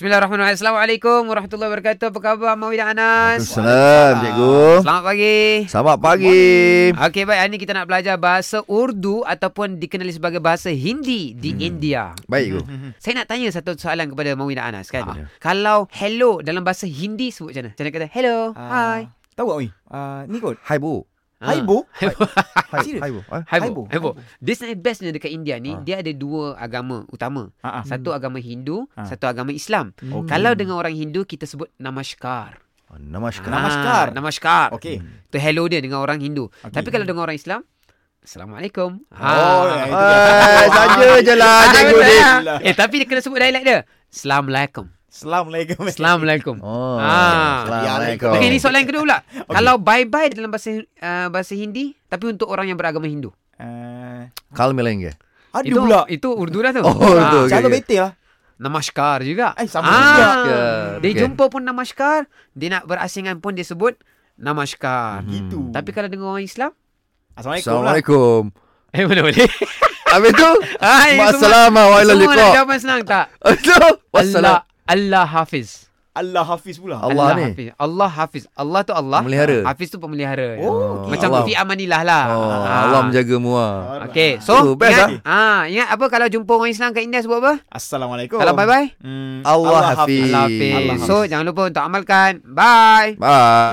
Bismillahirrahmanirrahim. Assalamualaikum warahmatullahi wabarakatuh. Apa khabar Mawi dan Anas? Waalaikumsalam, cikgu. Selamat pagi. Selamat pagi. Okey baik, hari ni kita nak belajar bahasa Urdu ataupun dikenali sebagai bahasa Hindi di hmm. India. Baik, cikgu. Saya nak tanya satu soalan kepada Mawi dan Anas kan. Ah. ya. Kalau hello dalam bahasa Hindi sebut macam mana? Macam mana kata hello, ah. hi. Tahu tak Oi? Uh, ni kot. Hai, Bu. Ah. Hai Bo. Hai, Serius? hai Bu. Eh? Hai Hai, Bo. Bo. Hai Bo. Dia sebenarnya bestnya dekat India ni, Ah. dia ada dua agama utama. Ha ah. Satu agama Hindu, Ah. Hmm. satu agama Islam. Okey. Kalau dengan orang Hindu kita sebut namaskar. Oh, Namaskar. Ah. Namaskar. Ah, namaskar. Okey. Tu hello dia dengan orang Hindu. Okay. Okey. Tapi kalau dengan orang Islam, Assalamualaikum. Oh, Ah. eh. Hai, saja je Ah, betul lah, cikgu ni. lah. Alhamdulillah. Eh, tapi dia kena sebut dialek dia. Assalamualaikum. Assalamualaikum. Assalamualaikum. Oh, Ah. Assalamualaikum. Okey, Ha. ni soalan kedua pula. Kalau bye-bye dalam bahasa uh, bahasa Hindi, tapi untuk orang yang beragama Hindu. Uh, Kal milenge. ada itu pula. itu Urdu dah tu. Ah, Oh, Urdu. Cara okey. betul lah. Namaskar juga. Ah. Eh, sama juga. Dia Okey. jumpa pun namaskar, dia nak berasingan pun dia sebut namaskar. Hmm. Gitu. Tapi kalau dengan orang Islam, lah. Assalamualaikum. lah. Assalamualaikum. Assalamualaikum. eh mana boleh? Habis tu? Hai, Ah, eh, semua- Assalamualaikum Semua warahmatullahi nak wabarakatuh. jawapan senang tak? Habis tu? Allah Wassalam. Allah Hafiz. Allah Hafiz pula. Allah. ni? Hafiz. Allah Hafiz. Allah tu Allah. Pemelihara. Hafiz tu pemelihara. Oh, okey. Macam Allah. fi amanillah lah. Oh, Ah. Allah menjaga mua. Okey, so Oh, best ingat, ah. ingat apa kalau jumpa orang Islam kat India sebut apa? Assalamualaikum. Kalau bye-bye, Hmm, Allah Hafiz. Allah Hafiz. Allah Hafiz. So jangan lupa untuk amalkan. Bye. Bye.